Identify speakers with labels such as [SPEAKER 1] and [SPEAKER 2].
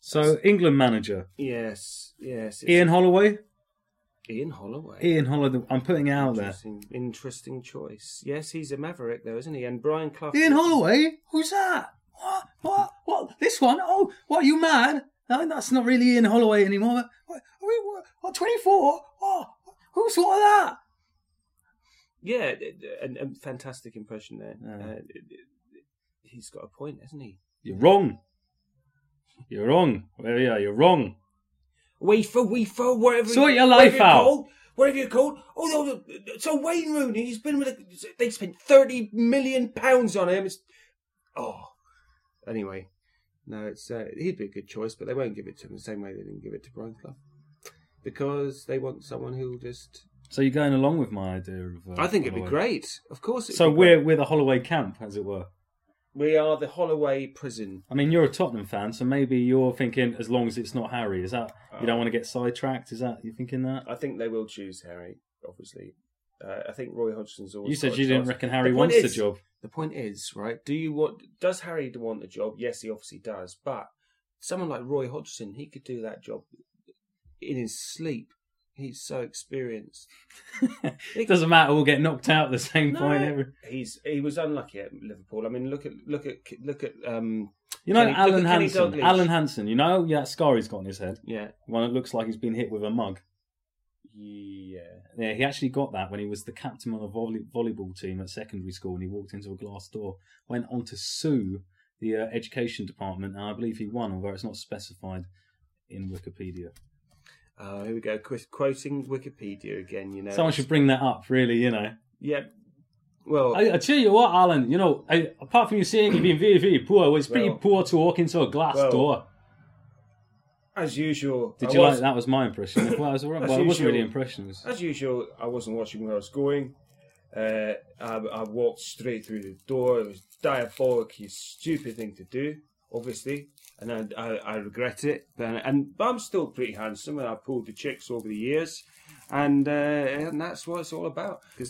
[SPEAKER 1] So England manager
[SPEAKER 2] Yes, yes. it's
[SPEAKER 1] Ian Holloway.
[SPEAKER 2] Ian Holloway.
[SPEAKER 1] Ian Holloway. I'm putting it out there.
[SPEAKER 2] Interesting, interesting choice. Yes, he's a maverick, though, isn't he? And Brian Clough.
[SPEAKER 1] Ian Holloway. Who's that? What? What? What? This one? Oh, what? Are you mad? No, that's not really Ian Holloway anymore. What? Are we, what, what 24? Oh, who thought of that?
[SPEAKER 2] Yeah, a, a fantastic impression there.
[SPEAKER 1] Yeah.
[SPEAKER 2] Uh, he's got a point, hasn't he?
[SPEAKER 1] You're wrong. You're wrong. Well, yeah, you're wrong.
[SPEAKER 2] Wafer, wafer, whatever.
[SPEAKER 1] Sort
[SPEAKER 2] you-
[SPEAKER 1] your
[SPEAKER 2] whatever
[SPEAKER 1] life
[SPEAKER 2] you're
[SPEAKER 1] out.
[SPEAKER 2] Called, whatever you're called. Oh, no, no, so Wayne Rooney, he's been with. A, they spent thirty million pounds on him. It's, oh, anyway, no, it's uh, he'd be a good choice, but they won't give it to him the same way they didn't give it to Brian Clough, because they want someone who'll just.
[SPEAKER 1] So you're going along with my idea of. Uh,
[SPEAKER 2] I think it'd be
[SPEAKER 1] Holloway.
[SPEAKER 2] great. Of course, it'd
[SPEAKER 1] So
[SPEAKER 2] be
[SPEAKER 1] we're
[SPEAKER 2] great.
[SPEAKER 1] we're the Holloway camp, as it were.
[SPEAKER 2] we are the Holloway prison.
[SPEAKER 1] I mean, you're a Tottenham fan, so maybe you're thinking as long as it's not Harry. Is that you don't want to get sidetracked? Is that you thinking that?
[SPEAKER 2] I think they will choose Harry. Obviously, uh, I think Roy Hodgson's always.
[SPEAKER 1] You said
[SPEAKER 2] got a
[SPEAKER 1] you didn't
[SPEAKER 2] chance.
[SPEAKER 1] reckon Harry
[SPEAKER 2] point
[SPEAKER 1] wants the
[SPEAKER 2] is-
[SPEAKER 1] job.
[SPEAKER 2] The point is, right? Do you want? Does Harry want the job? Yes, he obviously does. But someone like Roy Hodgson, he could do that job in his sleep. He's so experienced.
[SPEAKER 1] It doesn't matter. We'll get knocked out at the same point. Every...
[SPEAKER 2] he's he was unlucky at Liverpool. I mean, look at look at look at um
[SPEAKER 1] You know,
[SPEAKER 2] Kenny- look
[SPEAKER 1] Alan
[SPEAKER 2] at Kenny
[SPEAKER 1] Hansen.
[SPEAKER 2] Dalglish.
[SPEAKER 1] Alan Hansen. You know, yeah, scar he's got on his head.
[SPEAKER 2] yeah
[SPEAKER 1] One that looks like he's been hit with a mug.
[SPEAKER 2] yeah
[SPEAKER 1] Yeah, he actually got that when he was the captain on a volley- volleyball team at secondary school, and he walked into a glass door. Went on to sue the uh, education department, and I believe he won, although it's not specified in Wikipedia.
[SPEAKER 2] Oh, here we go. Qu- quoting Wikipedia again, you know.
[SPEAKER 1] Someone should bring that up, really. You know,
[SPEAKER 2] Yeah. Well,
[SPEAKER 1] I, I tell you what, Alan. You know, I, apart from you saying you've been very, very poor, it's pretty
[SPEAKER 2] Well-
[SPEAKER 1] poor to walk into a glass
[SPEAKER 2] Well,
[SPEAKER 1] door.
[SPEAKER 2] as usual.
[SPEAKER 1] Did
[SPEAKER 2] I
[SPEAKER 1] you like
[SPEAKER 2] was-
[SPEAKER 1] that? Was my impression? well, I was all right.
[SPEAKER 2] As
[SPEAKER 1] Well, it wasn't really
[SPEAKER 2] usual.
[SPEAKER 1] impression. It was-
[SPEAKER 2] As usual, I wasn't watching where I was going. Uh, I, I walked straight through the door. It was diabolic, you stupid thing to do, obviously, and I, I, I regret it. But, and but I'm still pretty handsome, and I pulled the chicks over the years, and uh, and that's what it's all about.